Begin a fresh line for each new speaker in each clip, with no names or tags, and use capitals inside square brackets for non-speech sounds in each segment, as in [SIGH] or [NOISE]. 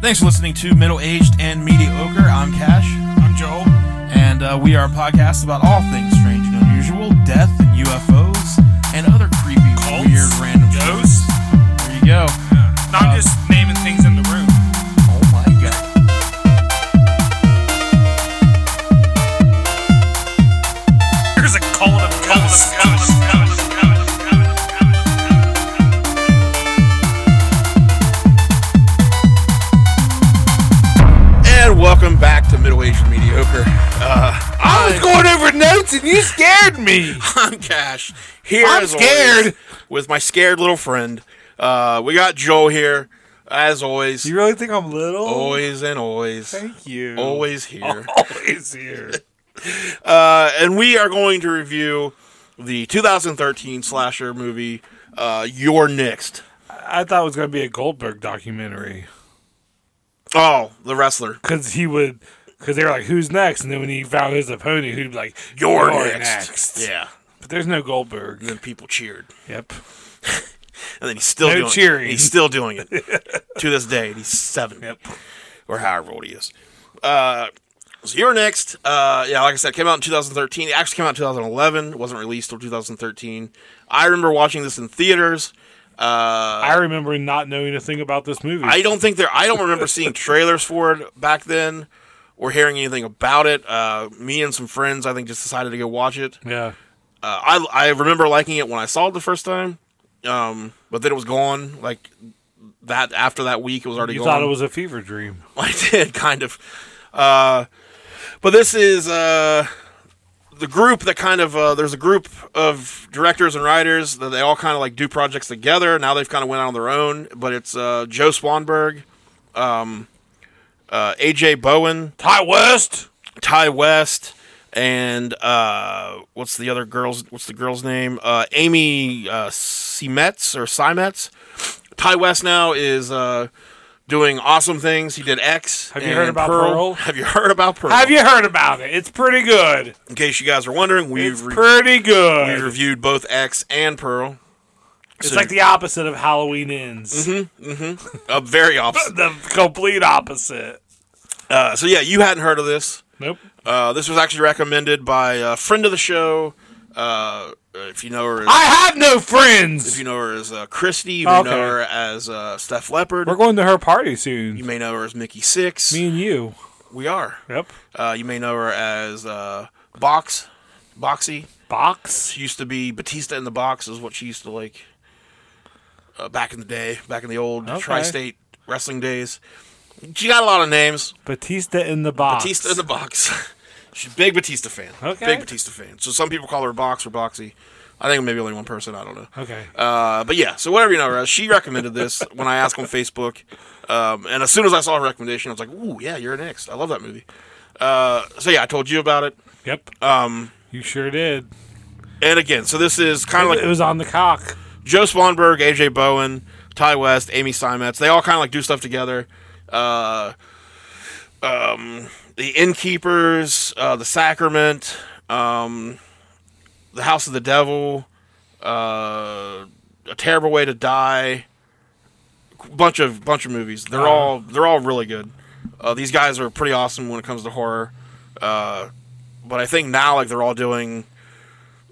Thanks for listening to Middle Aged and Mediocre. I'm Cash.
I'm Joel.
And uh, we are a podcast about all things strange and unusual, death and UFOs, and other creepy,
Cults,
weird, random
ghosts.
stories. There you go.
Yeah. No,
Uh,
I'm just naming things in the room.
Oh my god.
There's a cult of ghosts. Ghosts, ghosts, ghosts, ghosts, ghosts.
And welcome back to Middle Aged and Mediocre. [LAUGHS] Uh,
I was going over notes and you scared me.
I'm Cash. Here
I'm
as always,
scared.
with my scared little friend. Uh, we got Joel here, as always.
You really think I'm little?
always and always.
Thank you.
Always here.
Always here.
Uh, and we are going to review the 2013 slasher movie, uh, Your Next.
I thought it was going to be a Goldberg documentary
Oh, the wrestler.
because he would, because they were like, who's next? And then when he found his opponent, he'd be like,
You're,
you're,
next.
next.
Yeah.
But there's no Goldberg.
And then people cheered.
Yep.
And then he's still
No
doing
cheering.
it. He's still doing it
[LAUGHS]
to this day. And he's seven. Yep. Or however old he is. Uh, so you're next. Uh, yeah, like I said, it came out in 2013. It actually came out in 2011. It wasn't released till 2013. I remember watching this in theaters. Uh,
I remember not knowing a thing about this movie.
I don't think there. I don't remember seeing trailers for it back then, or hearing anything about it. Uh, me and some friends, I think, just decided to go watch it.
yeah.
Uh, I I remember liking it when I saw it the first time, um, but then it was gone. Like that after that week, it was already
You
gone.
thought it was a fever dream.
[LAUGHS] I did kind of. Uh, but this is uh, the group that kind of uh, there's a group of directors and writers that they all kind of like do projects together. Now they've kind of went out on their own, but it's uh, Joe Swanberg, um, uh, AJ Bowen,
Ty West.
Ty West, and uh, what's the other girl's? What's the girl's name? Uh, Amy uh, Simetz or Simetz. Ty West now is uh, doing awesome things. He did X.
Have you heard
and
about Pearl?
Have you heard about Pearl?
Have you heard about it? It's pretty good.
In case you guys are wondering, we've
It's
re-
pretty
we've
good.
reviewed both X and Pearl.
It's
so-
like the opposite of Halloween Ends.
Uh, very opposite.
[LAUGHS] The complete opposite.
Uh, so yeah, you hadn't heard of this.
Nope.
Uh, this was actually recommended by a friend of the show. Uh, if you know her, as,
I have no
if
friends.
you know her as uh, Christy, you
Oh,
know
okay.
her as uh, Steph Leopard.
We're going to her party
You
soon.
may know her as Mickey Six.
Me and you.
we are.
Yep.
Uh, you may know her as uh, Box, Boxy.
Box.
She used to be Batista in the Box, is what she used to like uh, back in the day, back in the old
Okay.
tri-state wrestling days. She got a lot of names.
Batista in the box.
Batista in the Box. [LAUGHS] She's a big Batista fan.
Okay.
Big Batista fan. So some people call her Box or Boxy. I think maybe only one person. I don't know.
Okay.
Uh, but yeah, so whatever you know, Russ, she recommended this when I asked on Facebook. Um, and as soon as I saw her recommendation, I was like, ooh, yeah, you're next. I love that movie. Uh, so yeah, I told you about it.
Yep.
Um,
You sure did.
and again, so this is kind of
It
like
was on the cock.
Joe Swanberg, AJ Bowen, Ty West, Amy Simetz. They all kind of like do stuff together. Uh, um, the Innkeepers, uh, the Sacrament, um, the House of the Devil, uh, A Terrible Way to Die. Bunch of bunch of movies.
Uh-huh.
They're all they're all really good. Uh, these guys are pretty awesome when it comes to horror. Uh, but I think now like they're all doing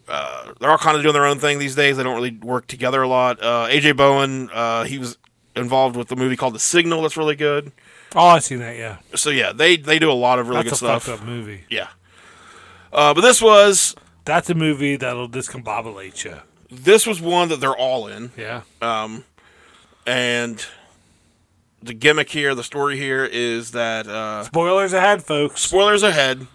uh, they're all kind of doing their own thing these days. They don't really work together a lot. Uh, AJ Bowen, uh, he was involved with the movie called The Signal. That's really good.
Oh, I seen that. Yeah.
So yeah, they they do a lot of really
That's a
good stuff.
fucked up movie.
Yeah. Uh, but this was
That's a movie that'll discombobulate you.
this was one that they're all in,
Yeah.
and the gimmick here, the story here is that uh,
Spoilers ahead, folks.
spoilers ahead.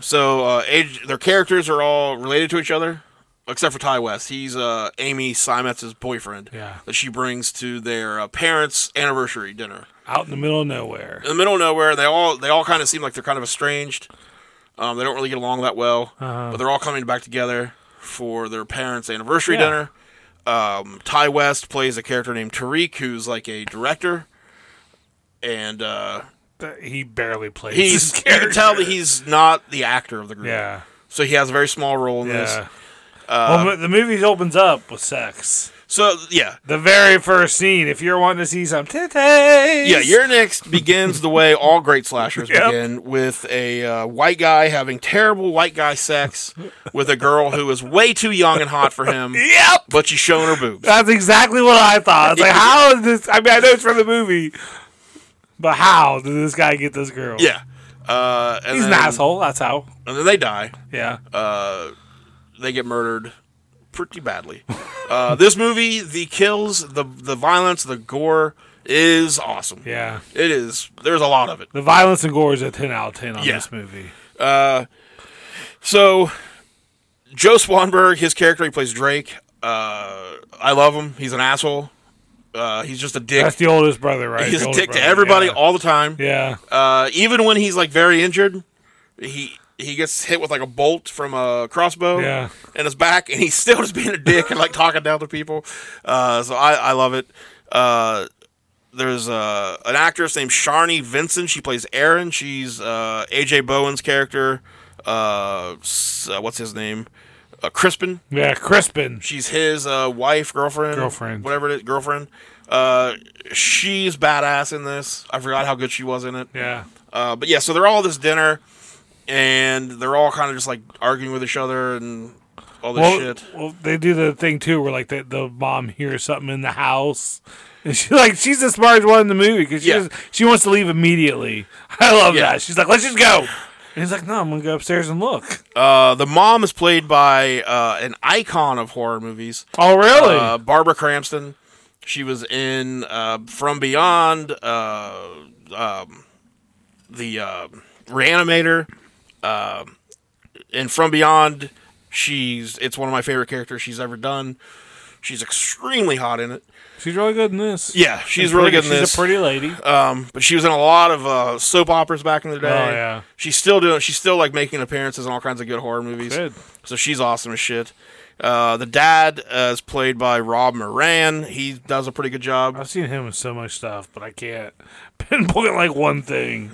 So uh, age, their characters are all related to each other, except for Ty West. He's uh, Amy Simetz's boyfriend
Yeah.
that she brings to their uh, parents' anniversary dinner.
Out in the middle of nowhere.
in the middle of nowhere. They all they all kind of seem like they're kind of estranged. Um, they don't really get along that well,
Uh-huh.
but they're all coming back together for their parents' anniversary
Yeah.
dinner. Um, Ty West plays a character named Tariq, who's like a director, and uh,
Th- He barely plays.
he's
his
you can
character.
tell that he's not the actor of the group.
[LAUGHS] Yeah.
So he has a very small role in this.
Yeah. well, the movie opens up with sex.
So yeah,
The very first scene, if you're wanting to see some titties. Yeah,
yeah. Your next begins the way all great slashers
[LAUGHS] Yep.
begin with a uh, white guy having terrible white guy sex with a girl who is way too young and hot for
[LAUGHS]
him,
Yep.
but she's showing her
[LAUGHS]
boobs.
That's exactly what I thought.
[LAUGHS]
It's like, how is this? I mean, I know it's from the movie, but how did this guy get this girl?
Yeah, uh, and
He's an
then-
asshole. That's how.
And then they die.
Yeah.
uh, they get murdered pretty badly. uh, this movie, the kills, the the violence, the gore is awesome.
yeah.
It is. There's a lot of it.
The violence and gore is a 10 out of 10 on
Yeah.
this movie.
Uh, So, Joe Swanberg, his character, he plays Drake. Uh, I love him. He's an asshole. Uh, he's just a dick.
That's the oldest brother, right?
He's
The
a
older
dick to
brother,
everybody
Yeah.
all the time.
yeah.
Uh, even when he's like very injured, he he gets hit with like a bolt from a crossbow
Yeah.
in his back, and he's [LAUGHS] still just being a dick and like talking down to people. Uh, so I, I love it. Uh, there's uh, an actress named Sharni Vincent. She plays Erin. She's uh, AJ Bowen's character. Uh, s- uh, what's his name? Uh, Crispin.
Yeah. Crispin.
She's his uh, wife, girlfriend,
Girlfriend.
whatever it is, girlfriend. Uh, she's badass in this. I forgot how good she was in it.
Yeah.
Uh, but yeah, so they're all at this dinner, and they're all kind of just like arguing with each other and all this
Well,
shit.
well, they do the thing too, where like the, the mom hears something in the house, and she like she's the smartest one in the movie because she
Yeah.
just, she wants to leave immediately. [LAUGHS] I love
Yeah.
that. She's like, let's just go. And he's like, no, I'm gonna go upstairs and look.
Uh, the mom is played by uh, an icon of horror movies,
Oh, really?
uh, Barbara Crampton. She was in uh, From Beyond, uh, um, the uh, Reanimator, Um and From Beyond. She's it's one of my favorite characters she's ever done. She's extremely hot in it.
she's really good in this.
Yeah, she's really good in
she's
this.
a pretty lady.
Um, but she was in a lot of uh, soap operas back in the day.
Oh, yeah.
She's still doing. She's still like making appearances in all kinds of good horror movies.
Good.
So she's awesome as shit. Uh, the dad uh, is played by Rob Moran. He does a pretty good job.
I've seen him in so much stuff, but I can't [LAUGHS] pinpoint like one thing.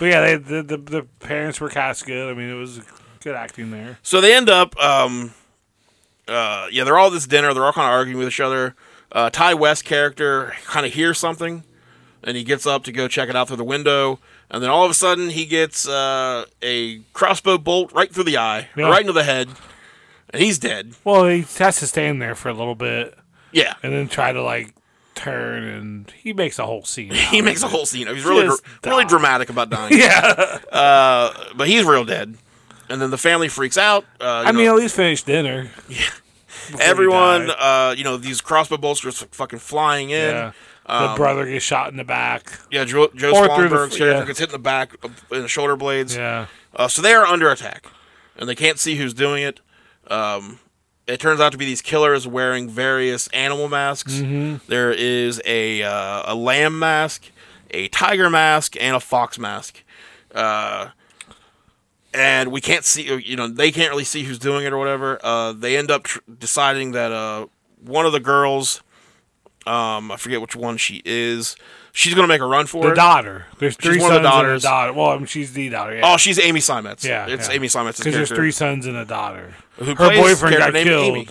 But yeah, they, the, the the parents were cast good. I mean, it was good acting there.
So they end up. Um, uh, yeah, they're all at this dinner. They're all kind of arguing with each other. Uh, Ty West character kind of hears something, and he gets up to go check it out through the window. And then all of a sudden, he gets uh, a crossbow bolt right through the eye,
Yeah.
right into the head, and he's dead.
Well, he has to stand there for a little bit.
Yeah.
and then try to like turn and he makes a whole scene.
[LAUGHS] He makes a whole scene. He's really dr-
Just
really
die.
dramatic about dying,
[LAUGHS] yeah.
but he's real dead. And then the family freaks out. Uh, you
I mean, at
know,
least finish dinner.
everyone,
died.
uh, you know, these crossbow bolts are just fucking flying in.
Yeah.
Yeah, um,
the brother gets shot in the back.
Joe, Joe
Or through the
Swanberg's
f-
character
yeah.
gets hit in the back uh, in the shoulder blades.
Yeah.
Uh, so they are under attack, and they can't see who's doing it. Um, it turns out to be these killers wearing various animal masks.
Mm-hmm.
There is a uh, a lamb mask, a tiger mask, and a fox mask. Uh, and we can't see, you know, they can't really see who's doing it or whatever. Uh, they end up tr- deciding that uh, one of the girls, um, I forget which one she is, she's gonna make a run for
The
it.
daughter. There's three
one
sons
of the
and a
daughters.
daughter. Well, I mean, she's the daughter. Yeah.
Oh, she's Amy Simons.
yeah.
it's
yeah.
Amy Simons' character.
there's three sons and a daughter.
Who
Her
plays
boyfriend
character
got
named
killed.
Amy.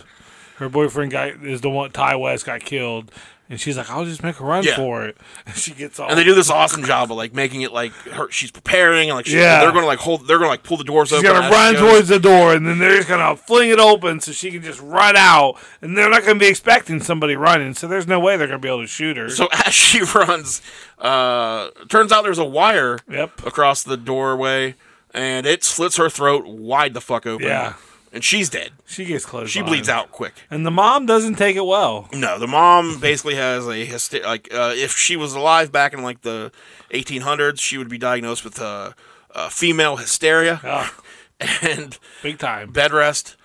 Her boyfriend got is the one Ty West got killed, and she's like, "I'll just make a run
Yeah.
for it." [LAUGHS] And she gets all.
and they do this awesome job of like making it like her she's preparing and like she,
Yeah.
they're gonna like hold they're gonna like pull the doors
She's
open
gonna
as she
run
goes.
towards the door, and then they're just gonna fling it open so she can just run out, and they're not gonna be expecting somebody running, so there's no way they're gonna be able to shoot her.
so [LAUGHS] as she runs uh turns out there's a wire
Yep.
across the doorway and it slits her throat wide the fuck open
Yeah.
and she's dead
she gets close.
she bleeds out quick
and the mom doesn't take it well.
no the mom basically has a hyster- like uh, if she was alive back in like the 1800s she would be diagnosed with uh, uh female hysteria
Ah,
[LAUGHS] and
big time.
bed rest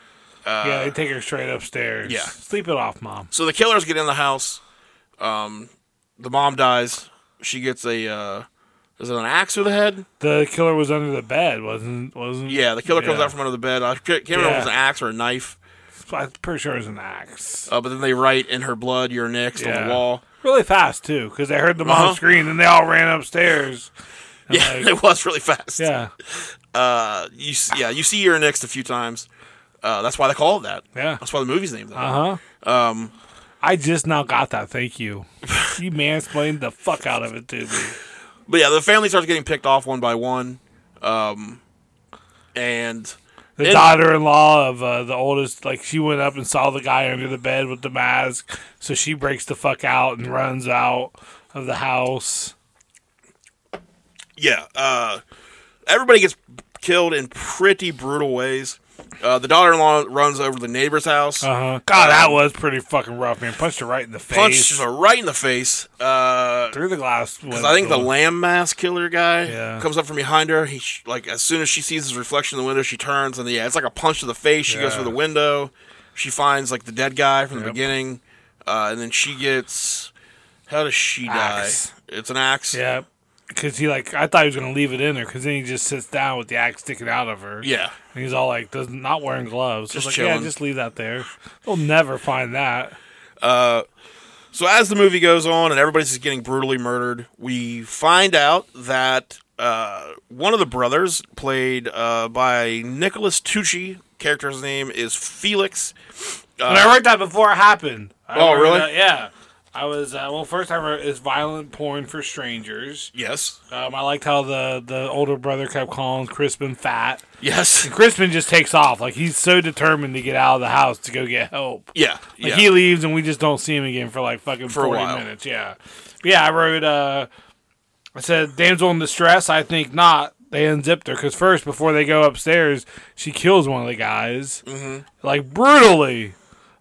yeah, they take her straight upstairs.
yeah.
sleep it off, mom.
So the killers get in the house. Um, the mom dies. She gets a uh, is it an axe to the head?
The killer was under the bed, wasn't wasn't?
Yeah, the killer comes out from under the bed. I can't can't remember if it was an
Yeah.
axe or a knife.
I'm pretty sure it was an axe.
Uh, but then they write in her blood, "You're next" on
Yeah.
the wall.
Really fast too, because they heard the mom
Uh-huh.
scream, and they all ran upstairs. And,
Yeah, [LAUGHS]
like,
it was really fast.
yeah,
Uh, you s- yeah, you see "You're next" a few times. Uh, that's why they call it that.
Yeah. Uh-huh.
That's why the movie's named that.
uh huh. I just now got that. Thank
[LAUGHS]
you. You mansplained the fuck out of it to me.
But yeah, the family starts getting picked off one by one, um, and
The
It-
daughter-in-law of uh, the oldest, like she went up and saw the guy under the bed with the mask, so she breaks the fuck out and runs out of the house.
yeah, uh, everybody gets killed in pretty brutal ways. Uh, the daughter-in-law runs over to the neighbor's house,
Uh-huh. God, that was pretty fucking rough, man. Punched her right in the face.
punches her right in the face. Uh,
through the glass. Because
I think the lamb mask killer guy
Yeah.
comes up from behind her. He sh- like as soon as she sees his reflection in the window, she turns and yeah, it's like a punch to the face. She goes
Yeah.
through the window. She finds like the dead guy from the
Yep.
beginning, uh, and then she gets how does she
Axe.
die? It's an axe.
Yeah. Because he like, I thought he was gonna leave it in there. Because then he just sits down with the axe sticking out of her.
yeah.
and he's all like, does not wearing gloves.
Just
Just like, yeah,
chilling.
just leave that there. They'll never find that.
So as the movie goes on and everybody's just getting brutally murdered, we find out that uh, one of the brothers, played uh, by Nicholas Tucci, character's name is Felix.
and I wrote that before it happened. I
Uh, Oh,
wrote
really?
that- yeah. I was uh, well. First, I wrote is violent porn for strangers.
Yes.
Um, I liked how the the older brother kept calling Crispin fat.
Yes. [LAUGHS]
Crispin just takes off like he's so determined to get out of the house to go get help.
Yeah.
Like
yeah.
he leaves and we just don't see him again for like fucking
For a
40
while.
minutes. Yeah. Yeah, I wrote uh I said damsel in distress, I think not. They unzipped her cuz first before they go upstairs, she kills one of the guys. Mm-hmm. Like brutally.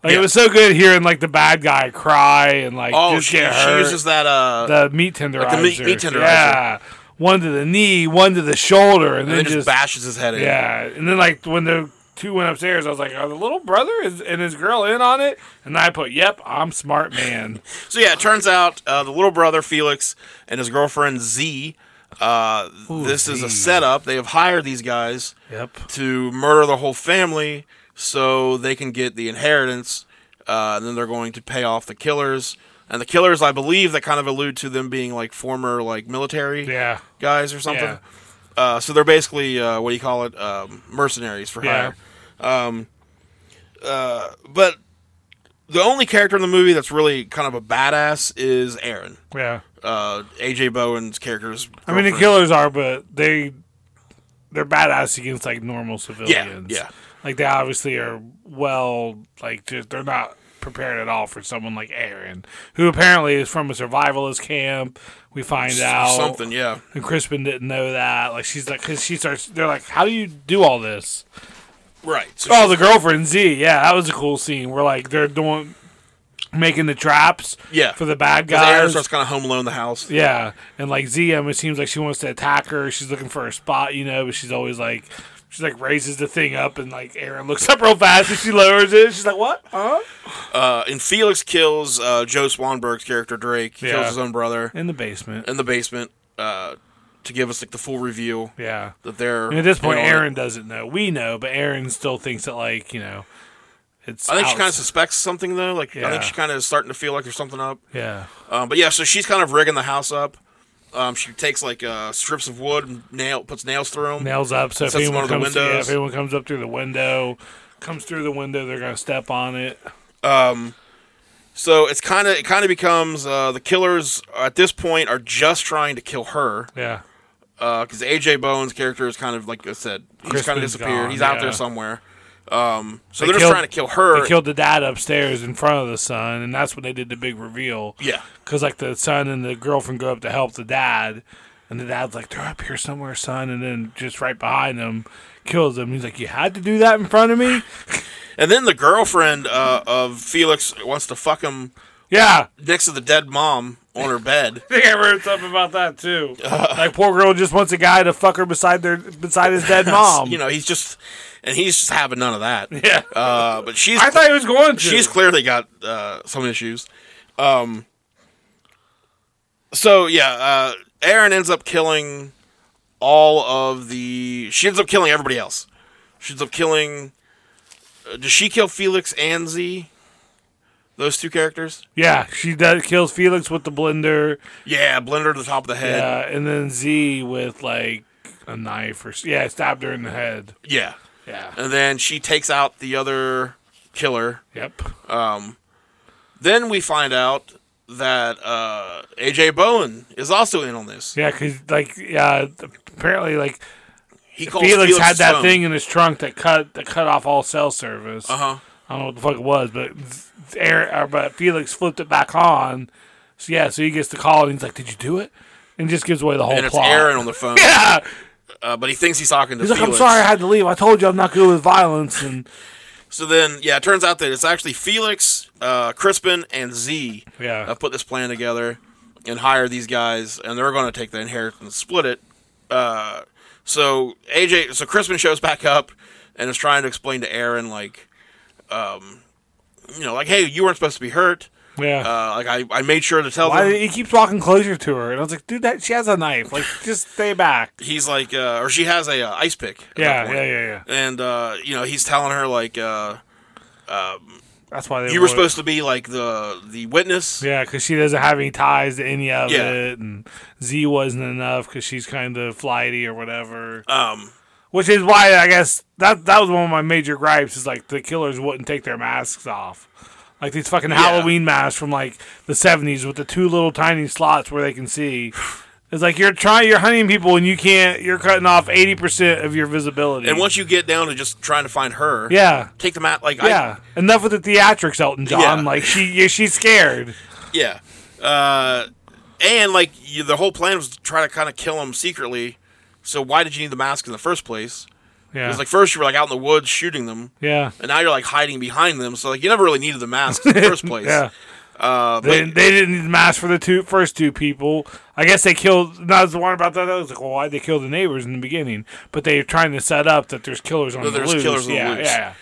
Like
Yeah.
it was so good hearing like the bad guy cry and like
Oh,
just
she,
get
she
hurt.
uses that. Uh,
the meat tenderizer.
the meat- meat tenderizer.
Yeah. One to the knee, one to the shoulder and,
and
then
then just bashes his head in.
yeah, and then like when the two went upstairs, I was like, "Are the little brother is, and his girl in on it?" And I put, "Yep, I'm smart
[LAUGHS]
man."
So yeah, it turns out uh, the little brother Felix and his girlfriend Z. Uh, this is a
Z.
setup. They have hired these guys
yep.
to murder the whole family so they can get the inheritance. Uh, and then they're going to pay off the killers. And the killers, I believe, that kind of allude to them being like former like military
Yeah.
guys or something.
Yeah.
Uh, so they're basically uh, what do you call it? Um, mercenaries for
Yeah.
hire. Um, uh, but the only character in the movie that's really kind of a badass is Aaron.
Yeah.
Uh, AJ Bowen's character's.
I mean, the
girlfriend.
killers are, but they they're badass against like normal civilians.
yeah.
Like they obviously are well, like just they're not prepared at all for someone like Aaron, who apparently is from a survivalist camp. We find out
something. Yeah,
And Crispin didn't know that. Like she's like, cause she starts. They're like, "How do you do all this?"
right. So
Oh, the girlfriend Z. Yeah, that was a cool scene where like they're doing making the traps
Yeah.
for the bad
Because Aaron
guys.
starts kind of home alone in the house.
Yeah, and like Z, I mean, it seems like she wants to attack her. She's looking for a spot, you know, but she's always like. She like raises the thing up and like Aaron looks [LAUGHS] up real fast and she lowers it. She's like, "What? Huh?"
Uh, and Felix kills uh, Joe Swanberg's character Drake. He
Yeah.
Kills his own brother
In the basement.
in the basement uh, to give us like the full reveal
Yeah.
that they're.
And at this point,
in on it.
Aaron doesn't know. We know, but Aaron still thinks that like you know, it's.
I think she
outs-
kind of suspects something though. Like I
Yeah.
think she kind of is starting to feel like there's something up.
Yeah.
Um, but yeah, so she's kind of rigging the house up. Um, she takes like uh, strips of wood and nail puts nails through them.
nails up. So if
Sets them
anyone,
under the
comes, yeah,
windows.
if anyone comes up through the window, comes through the window, they're gonna step on it.
So it's kind of it kind of becomes uh, the killers at this point are just trying to kill her
Yeah,
because AJ Bowen's character is kind of like I said he's kind of
Crispin's
disappeared.
gone,
he's out
yeah.
there somewhere. Um, so
They
they are
killed-
just trying to kill her.
they killed the dad upstairs in front of the son, and that's when they did the big reveal.
yeah,
because like the son and the girlfriend go up to help the dad, and the dad's like, "They're up here somewhere, son," and then just right behind them. Kills him. He's like, you had to do that in front of me.
and then the girlfriend uh, of Felix wants to fuck him
Yeah,
next to the dead mom on her bed.
[LAUGHS] I think I heard something about that too. [LAUGHS] like poor girl just wants a guy to fuck her beside their beside his [LAUGHS] dead mom.
you know, he's just and he's just having none of that.
Um, [LAUGHS] yeah.
Uh, but she's
I thought he was going to.
she's clearly got uh, some issues. Um, so yeah, uh, Aaron ends up killing all of the. She ends up killing everybody else. She ends up killing. Uh, does she kill Felix and Z? Those two characters.
Yeah, she does kills Felix with the blender,
Yeah, blender to the top of the head.
uh, and then Z with like a knife or s- yeah, stabbed her in the head.
Yeah.
Yeah.
and then she takes out the other killer.
Yep.
Then we find out that uh, AJ Bowen is also in on this.
Yeah, because like yeah, apparently like
He calls
Felix, had
his
that
son.
thing in his trunk that cut that cut off all cell service.
Uh-huh.
I don't know what the fuck it was, but Eric, or, but Felix flipped it back on. So yeah, so he gets the call and he's like, "Did you do it?" And just gives away the whole
And it's
plot.
Aaron on the phone.
Yeah,
uh, but he thinks he's talking to
he's like,
Felix.
"I'm sorry, I had to leave. I told you I'm not good with
[LAUGHS]
violence." And
So then, yeah, it turns out that it's actually Felix, uh, Crispin, and Z
Yeah.
that put this plan together and hire these guys, and they're going to take the inheritance and split it. Uh, so AJ, so Crispin shows back up and is trying to explain to Aaron, like, um, you know, like, hey, you weren't supposed to be hurt.
yeah,
Uh, like, I, I made sure to tell
Why,
them.
he keeps walking closer to her, and I was like, "Dude, that she has a knife. Like, just stay back."
he's like, uh, or she has a uh, ice pick. at that
Yeah,
point.
yeah, yeah, yeah.
And uh, you know, he's telling her like, uh,
That's why they
you were
would-
supposed to be like the the witness.
Yeah, because she doesn't have any ties to any of
Yeah.
it, and Z wasn't enough because she's kind of flighty or whatever.
Um,
Which is why I guess that that was one of my major gripes is like the killers wouldn't take their masks off, like these fucking Halloween masks from like the seventies with the two little tiny slots where they can see. It's like you're trying, you're hunting people, and you can't. You're cutting off eighty percent of your visibility.
And once you get down to just trying to find her,
yeah,
take them out. Like,
yeah, enough with the theatrics, Elton John.
Yeah.
Like she, yeah, she's scared.
I, yeah. Uh, and like you, the whole plan was to try to kind of kill him secretly. So why did you need the mask in the first place?
Yeah,
Because like first you were like out in the woods shooting them,
yeah.
and now you're like hiding behind them. So like you never really needed the mask in the
[LAUGHS]
first place.
Yeah.
Uh,
They,
but,
they didn't need the mask for the two first two people. I guess they killed. And I was wondering about that. I was like, well, why they kill the neighbors in the beginning? But they're trying to set up that there's killers on
That
the
there's
loose.
killers on the
yeah,
loose.
yeah,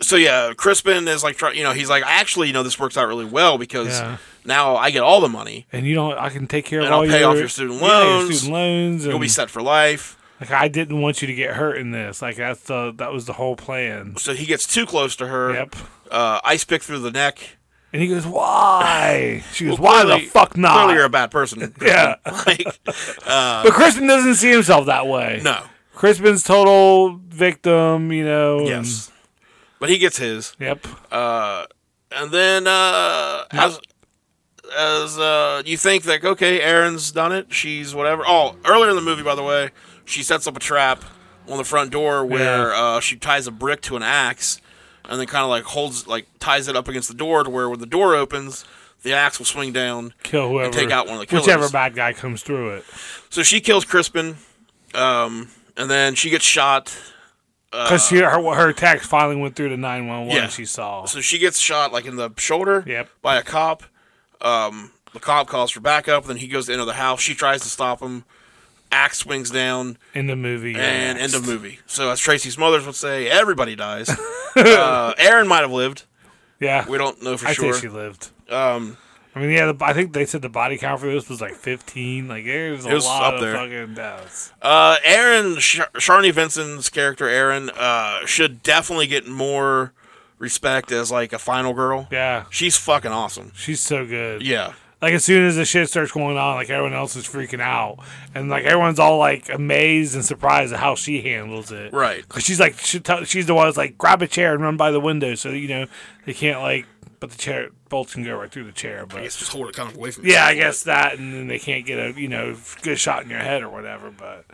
so yeah, Crispin is like trying. You know, he's like, actually, you know, this works out really well because
Yeah.
now I get all the money.
and you don't. I can take care of
And I'll
all
pay
your,
off your student
yeah, your
loans.
student loans.
You'll
And,
be set for life.
like I didn't want you to get hurt in this. Like that's the that was the whole plan.
So he gets too close to her.
Yep.
Uh, ice pick through the neck.
And he goes, why? She goes,
Well,
why
clearly-
the fuck not?
Clearly, you're a bad
[LAUGHS]
person. [LAUGHS]
yeah,
like, uh,
but Crispin doesn't see himself that way.
no.
Crispin's total victim. You know. and-
Yes. But he gets his. uh,
yep.
And then uh as as uh you think like, okay, Aaron's done it, she's whatever. Oh, earlier in the movie by the way, she sets up a trap on the front door where uh she ties a brick to an axe and then kinda like holds like ties it up against the door to where when the door opens, the axe will swing down.
Kill whoever.
take out one of the
Whichever
killers.
bad guy comes through it.
So she kills Crispin, um, and then she gets shot.
Because her, her text finally went through to 911
Uh, Yeah.
she saw.
So she gets shot like in the shoulder
Yep.
by a cop. Um, the cop calls for backup. Then he goes to enter the house. She tries to stop him. Axe swings down
In the movie. you're
and
next.
end of movie. So as Tracy's mothers would say, everybody
[LAUGHS]
dies. uh, Aaron might have lived.
Yeah.
We don't know for
I
sure.
think she lived.
um,
I mean, yeah, the, I think they said the body count for this was like 15. Like, there's a
It was up
lot of
there.
fucking deaths.
uh, Aaron Sh- Sharni Vincent's character Aaron uh, should definitely get more respect as like a final girl.
Yeah.
She's fucking awesome.
She's so good.
Yeah.
Like, as soon as the shit starts going on, like, everyone else is freaking out. And, like, everyone's all, like, amazed and surprised at how she handles it.
Right.
Because she's like, she tell she's the one that's like, grab a chair and run by the window so, you know, they can't, like, but the chair, bolts can go right through the chair. But
It's just hold it kind of away from
Yeah, I guess that, and then they can't get a you know good shot in your head or whatever. But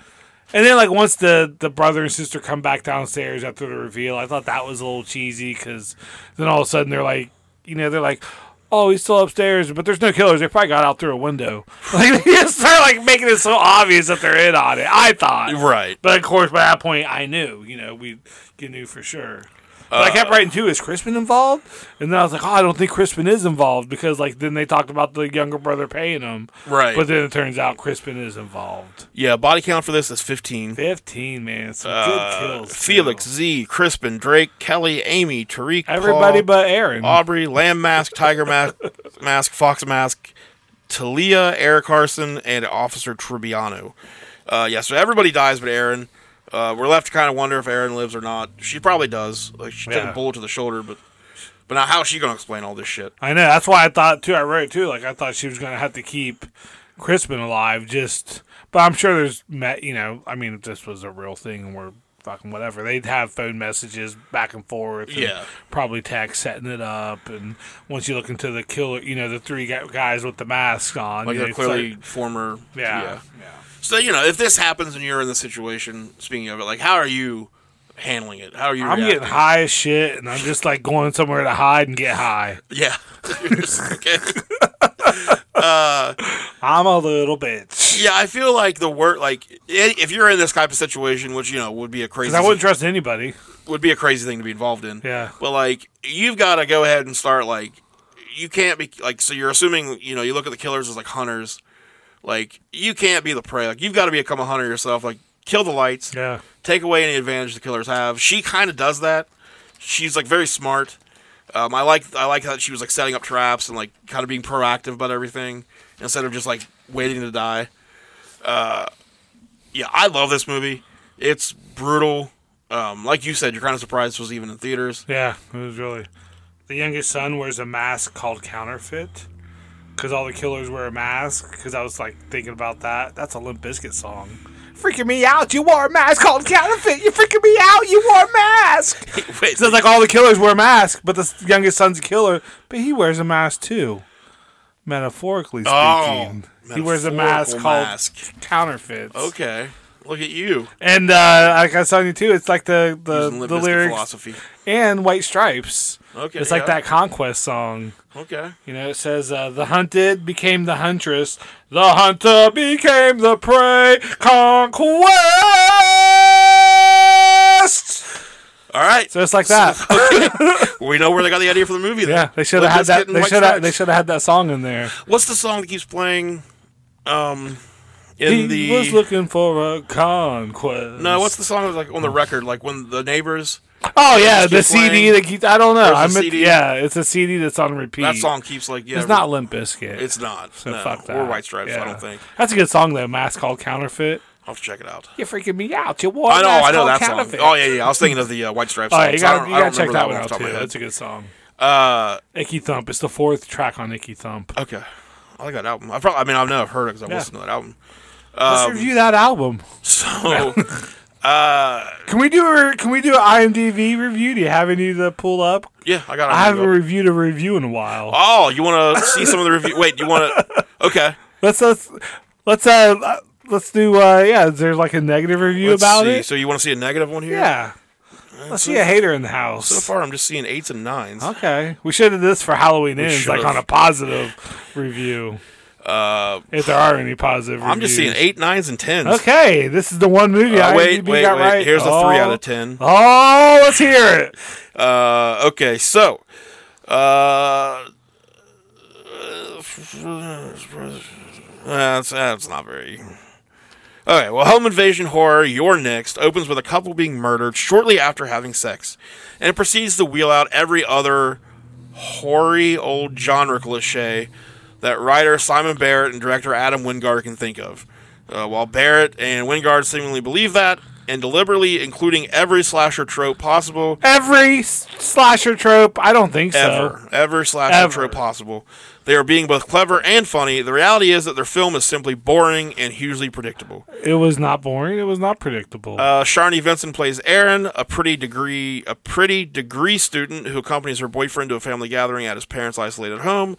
and then like once the the brother and sister come back downstairs after the reveal, I thought that was a little cheesy because then all of a sudden they're like, you know, they're like. Oh, he's still upstairs, but there's no killers. They probably got out through a window. [LAUGHS] Like they just start like making it so obvious that they're in on it. I thought,
Right.
but of course, by that point, I knew. You know, we you knew for sure. But I
Uh,
kept writing too. Is Crispin involved? And then I was like, oh, I don't think Crispin is involved because like then they talked about the younger brother paying him.
Right.
But then it turns out Crispin is involved.
Yeah, body count for this is 15.
Fifteen man, some
Uh,
good kills. too.
Felix, Z, Crispin, Drake, Kelly, Amy, Tariq,
everybody
Paul,
but Aaron.
Aubrey, Lamb Mask, Tiger Mask, [LAUGHS] Mask, Fox Mask, Talia, Eric Carson, and Officer Tribbiano. Uh, yeah, so everybody dies but Aaron. Uh, we're left to kind of wonder if Aaron lives or not. She probably does. Like she took
Yeah.
a bullet to the shoulder, but but now how is she gonna explain all this shit?
I know. That's why I thought too. I wrote too. Like I thought she was gonna have to keep Crispin alive. Just, but I'm sure there's met. You know, I mean, if this was a real thing and we're fucking whatever. They'd have phone messages back and forth. and
Yeah.
Probably text setting it up. And once you look into the killer, you know, the three gu- guys with the mask on.
Like
you know,
they're
it's like-
clearly former.
yeah. Yeah.
So you know, if this happens and you're in the situation, speaking of it, like how are you handling it? How are you?
I'm
reacting?
getting high as shit, and I'm just like going somewhere to hide and get high.
Yeah. [LAUGHS] okay.
I'm a little bitch.
Yeah, I feel like the word like i- if you're in this type of situation, which you know would be a crazy
Because I wouldn't trust anybody.
would be a crazy thing to be involved in.
Yeah.
But like you've got to go ahead and start like you can't be like so you're assuming you know you look at the killers as like hunters, like you can't be the prey. Like you've got to become a hunter yourself. Like kill the lights,
Yeah.
take away any advantage the killers have. She kind of does that. She's like very smart. Um, I like I like that she was like setting up traps and like kind of being proactive about everything instead of just like waiting to die. Uh, yeah, I love this movie. It's brutal. Um, like you said, you're kind of surprised it was even in theaters. [LAUGHS]
Yeah, it was really. The youngest son wears a mask called counterfeit because all the killers wear a mask. Because I was like thinking about that. That's a Limp Bizkit song. Freaking me out! You wore a mask called counterfeit. You're freaking me out! You wore a [LAUGHS] mask.
Wait,
So it's like all the killers wear masks, but the youngest son's a killer, but he wears a mask too. Metaphorically speaking, he wears a mask
Oh, metaphorical
called
mask.
counterfeit.
Okay, look at you
And uh, like I was telling you too, it's like the the,
using Limp
the
Bizkit
lyrics
philosophy.
and White Stripes.
Okay,
It's
yeah.
like that conquest song.
Okay,
You know, it says, uh, The hunted became the huntress, the hunter became the prey, conquest!
all right.
So it's
[LAUGHS]
like that.
we know where they got the idea for the movie. Then.
yeah, they should
Limp Bizkit
have had that.
and
They
White
should have.
Stripes.
They should have had that song in there.
What's the song that keeps playing? Um, in
he
the
was looking for a conquest.
no, what's the song that was like on the record? Like when the neighbors
Oh yeah, the
keeps
CD
playing?
that keeps. I don't know.
Or
I
is it
meant,
CD?
yeah, it's a CD that's on repeat.
that song keeps like yeah,
It's not Limp Bizkit.
it's not
so
no,
fuck that.
or White Stripes. I
Yeah.
don't think
that's a good song though. Mask called counterfeit.
I'll have to check it out.
You're freaking me out. You wore.
I know,
mask
I know
called
that song.
counterfeit.
Oh yeah, yeah. I was thinking of the uh, White Stripes.
Oh,
song,
yeah, you
so I
gotta,
don't-
you
I don't
gotta check
remember
that
one
one
off the top
out too.
of my head.
That's a good song.
Uh,
Icky Thump. It's the fourth track on Icky Thump.
okay. I like that album. I probably, I mean, I've never heard it because I
Yeah.
listened to that album. [LAUGHS] Um,
Let's review that album.
So uh,
Can we do a Can we do an IMDb review? Do you have any to pull up?
yeah, I got. it.
I haven't reviewed a review in a while.
Oh, you want to see some of the review? Wait, you
[LAUGHS]
want to? Okay,
Let's let's let's uh let's do uh yeah. Is there like a negative review
let's
about
see.
it?
So you want to see a negative one here? Uh,
yeah. Let's see a hater in the house.
So far, I'm just seeing eights and nines.
Okay, we should have this for Halloween ends, like
should've.
on a positive review.
Uh,
If there are any positive,
I'm just seeing
reviews.
eight, nines, and tens.
Okay, this is the one movie
Uh,
I
wait, wait, wait.
got right.
Here's a
oh.
three out of ten.
Oh, let's hear it.
Uh, okay, so. Uh, that's, that's not very. Okay, well, Home Invasion Horror, You're Next, opens with a couple being murdered shortly after having sex, and it proceeds to wheel out every other hoary old genre cliche that writer Simon Barrett and director Adam Wingard can think of. Uh, while Barrett and Wingard seemingly believe that, and deliberately including every slasher trope possible,
Every s- slasher trope. I don't think
ever,
so.
ever slash
Ever.
intro possible. They are being both clever and funny. The reality is that their film is simply boring and hugely predictable.
It was not boring. It was not predictable.
Uh, Sharni Vincent plays Aaron, a pretty degree a pretty degree student who accompanies her boyfriend to a family gathering at his parents' isolated home.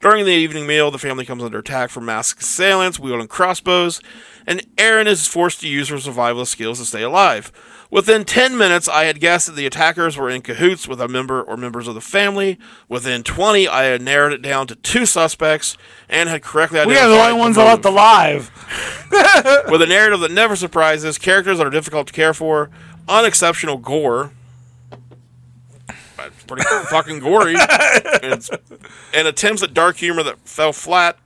During the evening meal, the family comes under attack from masked assailants wielding crossbows, and Aaron is forced to use her survival skills to stay alive. Within 10 minutes, I had guessed that the attackers were in cahoots with a member or members of the family. Within 20, I had narrowed it down to two suspects and had correctly
we
identified
are the only ones
motive
left alive.
with a narrative that never surprises, characters that are difficult to care for, unexceptional gore. That's pretty fucking gory. And, it's- and attempts at dark humor that fell flat.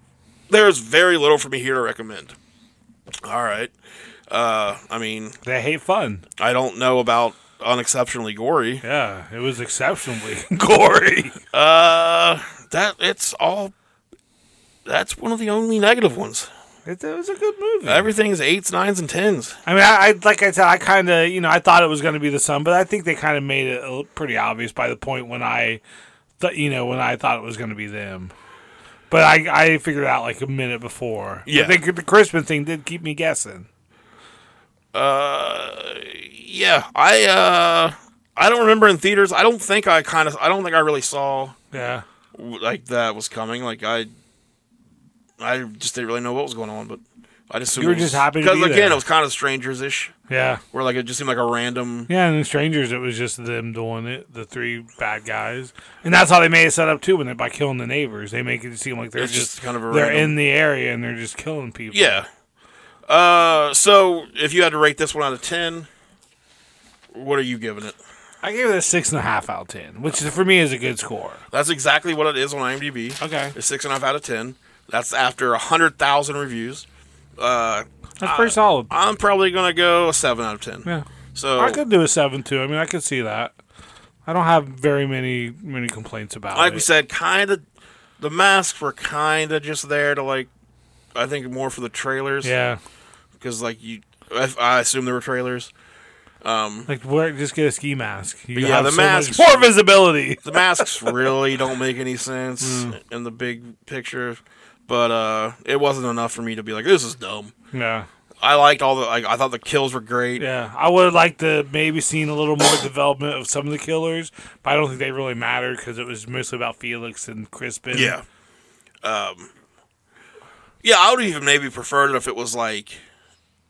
There's very little for me here to recommend. All right. Uh, I mean,
They hate fun.
I don't know about unexceptionally gory.
Yeah, it was exceptionally [LAUGHS] gory.
Uh, that it's all. That's one of the only negative ones.
It, it was a good movie.
Everything is eights, nines, and tens.
I mean, I, I like I said, I kind of you know I thought it was going to be the sun, but I think they kind of made it a- pretty obvious by the point when I, th- you know, when I thought it was going to be them. But I I figured out like a minute before.
Yeah.
I think the Crispin thing did keep me guessing.
Uh, yeah, I uh, I don't remember in theaters. I don't think I kind of. I don't think I really saw
Yeah.
like that was coming. Like I, I just didn't really know what was going on, but I just assumed
You were
it was-
just happy to be
again
there.
it was kind of strangers ish,
Yeah.
where like it just seemed like a random.
Yeah, and in Strangers, it was just them doing it, the three bad guys, and that's how they made it set up too. When they by killing the neighbors, they make it seem like they're
It's
just,
just kind of a
they're
random-
in the area and they're just killing people.
Yeah. Uh, so if you had to rate this one out of ten, what are you giving it?
I gave it a six and a half out of ten, which is- for me is a good score.
That's exactly what it is on IMDb.
Okay,
It's six and a half out of ten. That's after a hundred thousand reviews. Uh,
that's pretty solid.
I'm probably gonna go a seven out of ten.
Yeah,
So
I could do a seven too. I mean, I could see that. I don't have very many many complaints about
like
it.
we said, kind of the masks were kind of just there to like, I think more for the trailers.
yeah,
because like you, I, I assume there were trailers.
like wear just get a ski mask. You
Yeah,
have
the
so much
masks-
more visibility.
The masks really don't make any sense in the big picture, but uh, it wasn't enough for me to be like, this is dumb.
Yeah.
I liked all the. Like, I thought the kills were great.
Yeah, I would have liked to maybe seen a little more development of some of the killers, but I don't think they really mattered because it was mostly about Felix and Crispin.
Yeah. Um, yeah, I would even maybe preferred it if it was like,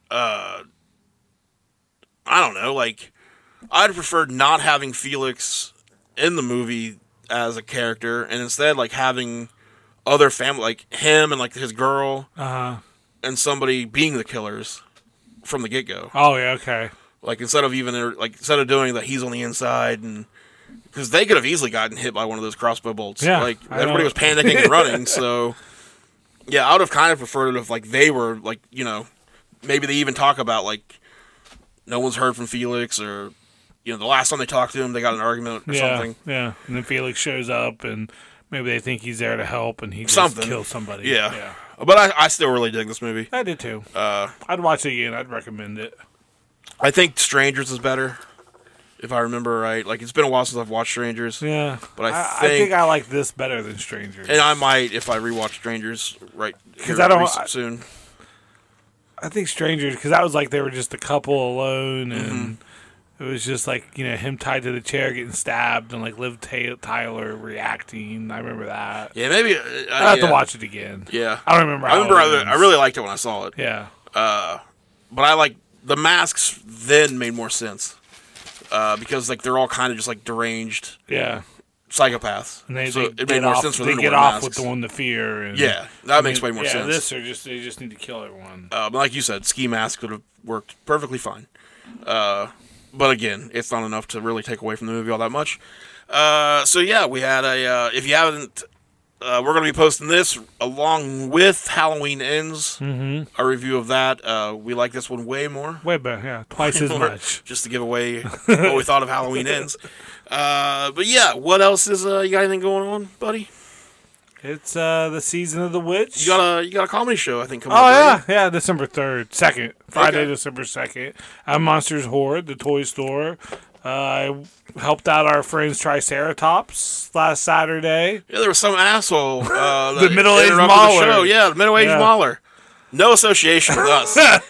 uh, I don't know, like I'd preferred not having Felix in the movie as a character, and instead like having other family, like him and like his girl,
Uh-huh.
and somebody being the killers from the get go.
Oh yeah. Okay.
Like instead of even like instead of doing that, he's on the inside and. Because they could have easily gotten hit by one of those crossbow bolts.
Yeah,
like
I
everybody
know.
was panicking
[LAUGHS]
and running. So, yeah, I would have kind of preferred it if like they were like you know, maybe they even talk about like no one's heard from Felix or you know the last time they talked to him they got in an argument or
yeah.
something.
Yeah. And then Felix shows up, and maybe they think he's there to help, and he just
Something.
kills somebody.
Yeah. But I, I still really dig this movie.
I did too.
Uh,
I'd watch it again. I'd recommend it.
I think Strangers is better, if I remember right. Like it's been a while since I've watched Strangers,
Yeah.
But I
I, I
think-
think I like this better than Strangers.
and I might if I rewatch Strangers right because
I don't-
soon.
I think strangers because that was like they were just a couple alone, and
Mm-hmm.
it was just like you know him tied to the chair getting stabbed, and like Liv Ta- Tyler reacting. I remember that.
Yeah, maybe uh,
I have
yeah.
to watch it again.
Yeah,
I don't remember.
I
how
remember
it
I, I
ends.
really liked it when I saw it,
yeah
but I like the masks then made more sense uh, because like they're all kind of just like deranged
yeah.
psychopaths.
And they,
so
they
it made
get
more
off,
sense for
they
them to
get
wear
off
masks.
with the one to fear. And,
Yeah, that makes way more
yeah,
sense.
This or just they just need to kill everyone.
Um, like you said, ski mask would have worked perfectly fine. Uh, but again, it's not enough to really take away from the movie all that much. Uh, so yeah, we had a. Uh, if you haven't, uh, we're going to be posting this along with Halloween Ends.
Mm-hmm.
A review of that. Uh, we like this one way more.
Way better. Yeah,
[LAUGHS]
twice as
Or-
much.
Just to give
[LAUGHS]
away what we thought of Halloween Ends. Uh, but yeah, what else is uh, you got anything going on, buddy?
It's uh the season of the witch.
You got a you got a comedy show I think coming.
Oh
up,
yeah,
right?
yeah. December third, second Friday,
Okay.
December second. At Monsters Horde, the toy store. Uh, I helped out our friends Triceratops last Saturday.
Yeah, there was some asshole.
[LAUGHS]
Uh,
The
that
middle-aged
interrupted
mauler.
The show. Yeah, the middle aged
Yeah.
mauler. No association with
[LAUGHS]
us. [LAUGHS] I,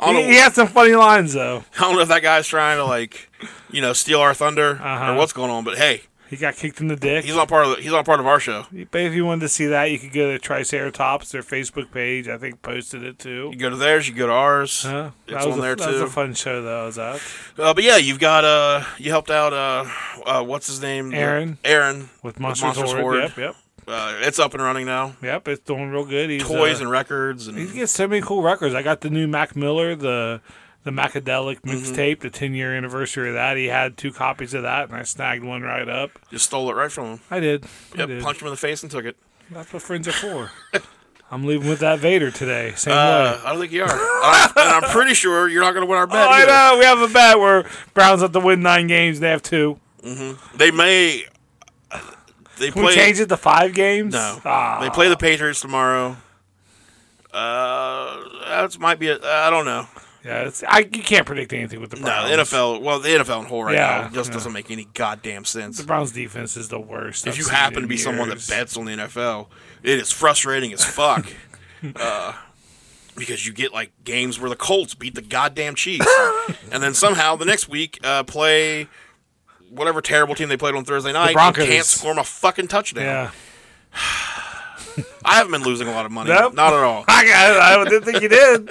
don't
He,
know,
he had some funny lines though.
I don't know if that guy's trying to like, you know, steal our thunder
Uh-huh.
or what's going on. But hey,
He got kicked in the dick.
he's not part of the, he's not part of our show.
but if you wanted to see that, you could go to Triceratops. Their Facebook page, I think, posted it too.
You go to theirs, you go to ours.
Huh?
It's
was
on
a,
there
That was
too.
a fun show though. I was at
Uh, but yeah, you've got uh, you helped out uh, uh what's his name?
Aaron.
Aaron.
with Monsters,
Monsters
Horde.
Horde.
Yep, yep,
Uh, it's up and running now.
yep. It's doing real good. He's,
Toys
uh,
and records and
He gets so many cool records. I got the new Mac Miller, the the Macadelic
Mm-hmm.
mixtape, the ten year anniversary of that. He had two copies of that, and I snagged one right up.
just stole it right from him.
I did. I
Yep,
did.
punched him in the face and took it.
That's what friends are for. [LAUGHS] I'm leaving with that Vader today. Same
Uh,
way.
I don't think you are. and, I'm, and I'm pretty sure you're not going to
[LAUGHS]
win our bet.
Oh, I
either.
know. We have a bet where Browns have to win nine games. They have two.
They may. They
Can
play.
we change it to five games?
No,
Ah,
they play the Patriots tomorrow. Uh, that might be. A, I don't know.
yeah, it's, I, you can't predict anything with the
No,
Browns.
the NFL. Well, the NFL in whole right
Yeah,
now just
yeah.
doesn't make any goddamn sense.
The Browns defense is the worst.
If you happen to be someone that
bets. [LAUGHS]
bets on the NFL, it is frustrating as fuck. uh, because you get like games where the Colts beat the goddamn
[LAUGHS]
Chiefs, and then somehow the next week uh, play whatever terrible team they played on Thursday night and
Broncos.
can't score a fucking touchdown.
Yeah.
I haven't been losing a lot of money,
Nope.
not at
[LAUGHS]
all.
I, I, I didn't think you did.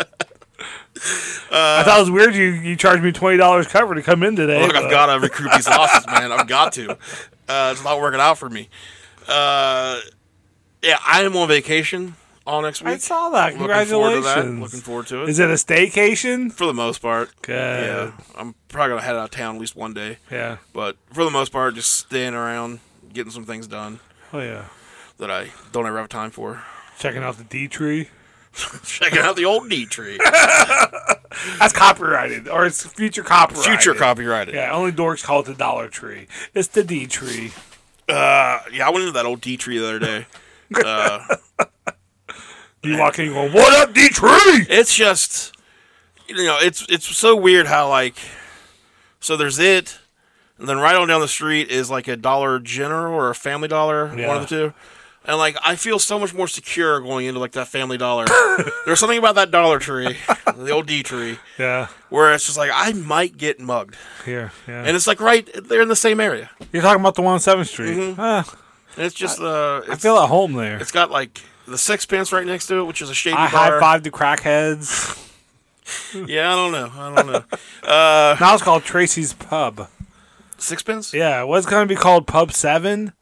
I thought it was weird you, you charged me twenty dollars cover to come in today.
Look, I've
but-
got to recoup these losses, man. I've got to. Uh, it's not working out for me. Uh, yeah, I am on vacation all next week.
I saw that.
Looking forward to
Congratulations.
that. Looking forward to it.
Is it a staycation?
for the most part.
Good.
Yeah, I'm probably gonna head out of town at least one day,
Yeah.
but for the most part, just staying around, getting some things done
Oh yeah.
that I don't ever have time for. [LAUGHS]
Checking out the D tree.
Checking out the old D
[LAUGHS]
tree,
That's copyrighted, or it's future copyright.
future copyrighted.
Yeah, only dorks call it the Dollar Tree. It's the D tree.
Uh, yeah, I went into that old D tree the other day.
You walk in, going, "What up, D tree?"
it's just you know it's it's so weird how like so there's it and then right on down the street is like a dollar general or a family dollar one
Yeah.
of the two and like i feel so much more secure going into like that family dollar [LAUGHS] there's something about that dollar tree the old d tree
Yeah.
where it's just like i might get mugged
Here. Yeah.
and it's like right they're in the same area
You're talking about the one on Seventh Street. Ah,
and it's just uh
I
it's,
feel at home there.
Mm-hmm. it's got like the sixpence right next to it which is a shady
I high
bar
five the crackheads.
yeah i don't know i don't know [LAUGHS]
Now it's called Tracy's Pub.
sixpence
Yeah, it was going to be called Pub 7,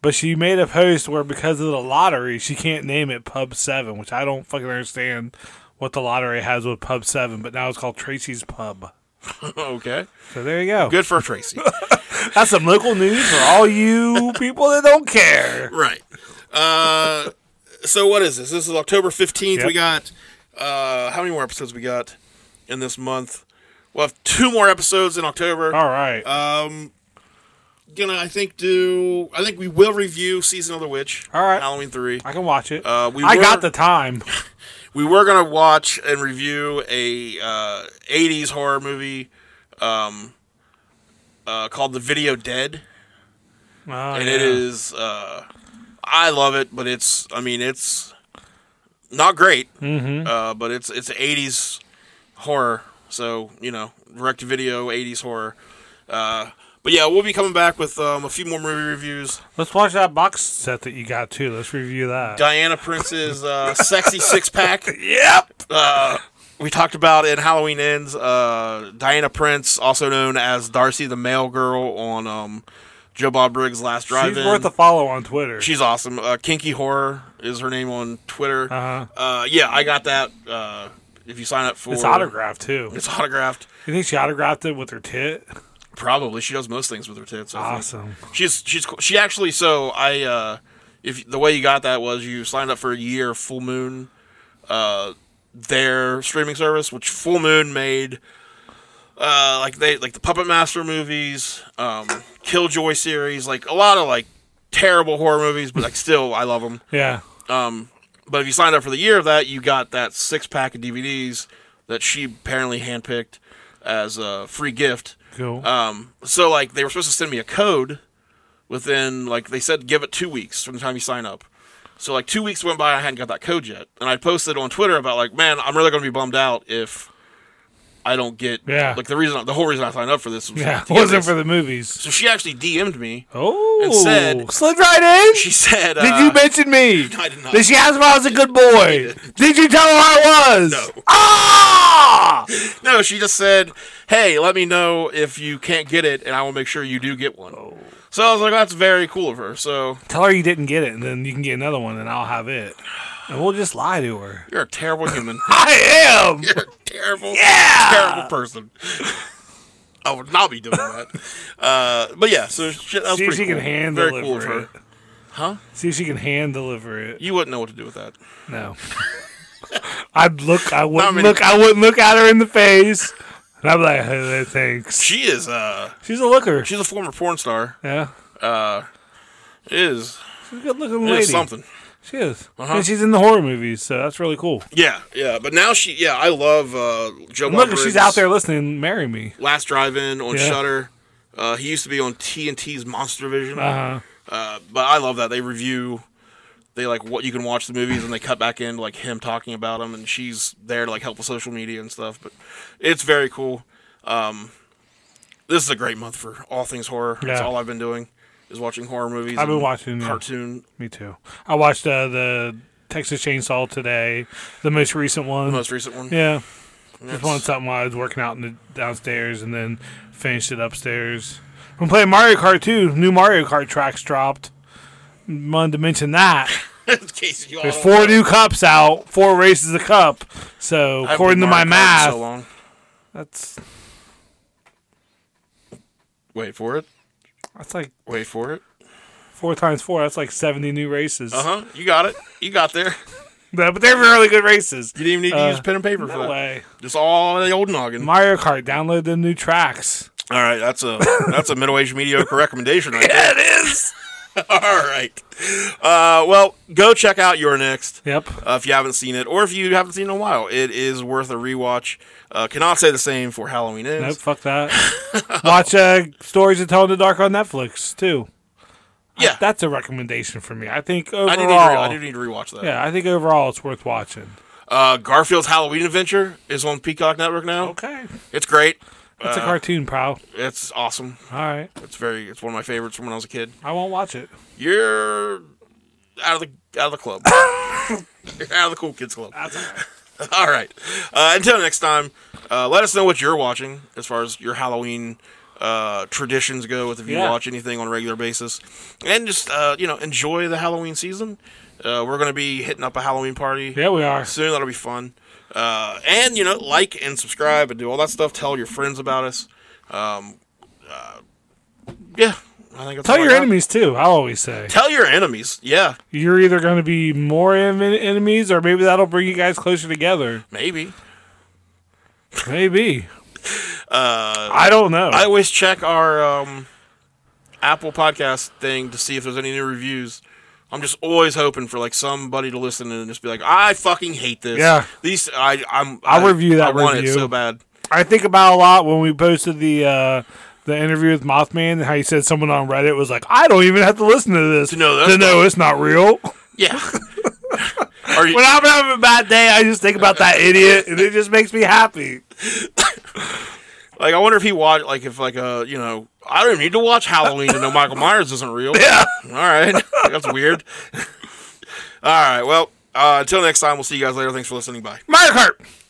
but she made a post where because of the lottery, she can't name it Pub 7, which I don't fucking understand what the lottery has with Pub 7, but now it's called Tracy's Pub.
[LAUGHS] okay
So there you go.
good for tracy
That's some local news for all you people that don't care.
Right. Uh, so what is this? This is October fifteenth. We
Yep.
got uh, how many more episodes we got in this month? We'll have two more episodes in October.
All right.
Uh, Gonna, I think, do I think we will review season of the witch?
All right.
Halloween three.
I can watch it.
uh, we
I
were-
got the time.
We were gonna watch and review a uh, '80s horror movie um, uh, called The Video Dead.
Oh,
and
yeah.
it is uh i love it but it's i mean it's not great mm-hmm. uh but it's it's 80s horror so you know direct to video 80s horror uh but yeah we'll be coming back with um, a few more movie reviews
Let's watch that box set that you got too. Let's review that.
diana prince's uh sexy six pack
Yep.
uh we talked about in Halloween Ends, uh, Diana Prince, also known as Darcy the Mail Girl on um, Joe Bob Briggs' Last Drive-In.
She's worth a follow on Twitter.
She's awesome. Uh, Kinky Horror is her name on Twitter.
Uh-huh.
Uh, yeah, I got that. Uh, if you sign up for
It's autographed too.
it's autographed.
You think she autographed it with her tit?
Probably she does most things with her
Ah.
tits. I think.
Awesome.
She's she's cool. she actually. So I, uh, if the way you got that was you signed up for a year Full Moon, uh, their streaming service, which Full Moon made. Uh, like they like the Puppet Master movies, um, Killjoy series, like a lot of like terrible horror movies, but like still I love them.
Yeah.
Um, but if you signed up for the year of that, you got that six pack of DVDs that she apparently handpicked as a free gift.
Cool.
Um, so like they were supposed to send me a code within like they said give it two weeks from the time you sign up. So like two weeks went by, I hadn't got that code yet, and I posted on Twitter about like, man, I'm really gonna be bummed out if I don't get
Yeah.
like the reason the whole reason I signed up for this was
yeah.
to get
[LAUGHS] Wasn't
this.
for the movies.
so she actually DM'd me.
Oh.
said-
slid right in.
She said,
Did
uh,
you mention me?
[LAUGHS] I did not.
Did she ask if I was a good boy? Did you tell her I was?
No.
Ah!
No, she just said, "Hey, let me know if you can't get it, and I will make sure you do get one."
Oh.
So I was like, "That's very cool of her." So
Tell her you didn't get it, and then you can get another one, and I'll have it. And we'll just lie to her.
you're a terrible
[LAUGHS]
human,
I am.
You're a terrible,
Yeah!
terrible person. [LAUGHS] I would not be doing that. Uh, but yeah, so she, that was
See if
pretty
she can
cool.
hand
very
deliver
cool of her.
it. See if she can hand deliver it.
You wouldn't know what to do with that.
No. [LAUGHS] I'd look. I wouldn't
many-
look. I wouldn't look at her in the face. And I'd be like, hey, thanks.
She is. Uh,
She's a looker.
she's a former porn star.
Yeah.
Is
She's a good looking
is
lady.
something. Uh-huh.
She is. And she's in the horror movies, so that's really cool.
Yeah, yeah. But now she. Yeah, I love uh, Joe.
And look,
Bob
if she's
Briggs.
out there listening, marry me.
Last Drive In on
Yeah.
Shutter. Uh, he used to be on TNT's Monster Vision.
Uh huh.
Uh, but I love that they review they like what you can watch the movies and they cut back into like him talking about them and she's there to like help with social media and stuff but it's very cool um this is a great month for all things horror that's
Yeah.
all i've been doing is watching horror movies
I've been
and
watching, yeah.
cartoon
Me too. I watched uh, the Texas Chainsaw today, the most recent one.
the most recent one
yeah,
That's-
just wanted something while I was working out in the downstairs, and then finished it upstairs. I'm playing Mario Kart 2. New Mario Kart tracks dropped. Wanted to mention that
[LAUGHS] in case you all
there's
don't
four
know.
new cups out, four races a cup. So
I've
according to
been
my
Mario Kart for
math,
so long.
that's
wait for it
that's like
wait for it
four times four. That's like 70 new races.
uh-huh you got it you got there
Yeah, But they're really good races.
you didn't even need to use pen and paper for
Uh, No
that
way.
just all the old noggin
Mario Kart, download the new tracks.
all right that's
[LAUGHS]
a that's a middle-aged mediocre recommendation right there
It is.
[LAUGHS] All right. Uh, well, go check out Your Next
Yep.
uh, if you haven't seen it, or if you haven't seen it in a while. It is worth a rewatch. Uh, cannot say the same for Halloween
Nope,
Ends.
fuck that. Watch uh, Stories to Tell in the Dark on Netflix too.
Yeah,
That's a recommendation for me. I think overall,
I do, need to re- I do need to rewatch that.
Oh. yeah, I think overall it's worth watching.
Uh, Garfield's Halloween Adventure is on Peacock Network now.
Okay,
It's great.
that's a
Uh,
cartoon, pal.
It's awesome.
All right,
It's very. It's one of my favorites from when I was a kid.
I won't watch it.
You're out of the out of the
[LAUGHS]
club. You're out of the cool kids club.
That's all right.
[LAUGHS] All right. Uh, until next time, uh, let us know what you're watching as far as your Halloween uh, traditions go. With if you
Yeah.
watch anything on a regular basis, and just uh, you know enjoy the Halloween season. Uh, we're gonna be hitting up a Halloween party
Yeah, we are.
soon. That'll be fun. Uh, and you know, like and subscribe and do all that stuff. Tell your friends about us. Um, uh, yeah, I think that's all
Tell
I
your
got.
enemies too. I always say
Tell your enemies. Yeah,
you're either going to be more en- enemies, or maybe that'll bring you guys closer together.
maybe.
Maybe. Uh, I don't know.
I always check our um, Apple podcast thing to see if there's any new reviews. I'm just always hoping for like somebody to listen and just be like, "I fucking hate this."
Yeah.
these I I'm
I'll review that
I want
review.
it so bad.
I think about a lot when we posted the uh, the interview with Mothman and how he said someone on Reddit was like, I don't even have to listen to this
To know that's not-
it's
[LAUGHS]
not real. [LAUGHS]
Yeah. Are you?
When I'm having a bad day, I just think about that idiot, and it just makes me happy.
Like, I wonder if he watched, like, if, like, uh, you know, I don't even need to watch Halloween to know Michael Myers isn't real. Yeah. All right. That's weird. [LAUGHS] All right. Well, uh, until next time, we'll see you guys later. Thanks for listening. Bye.
Mario Kart.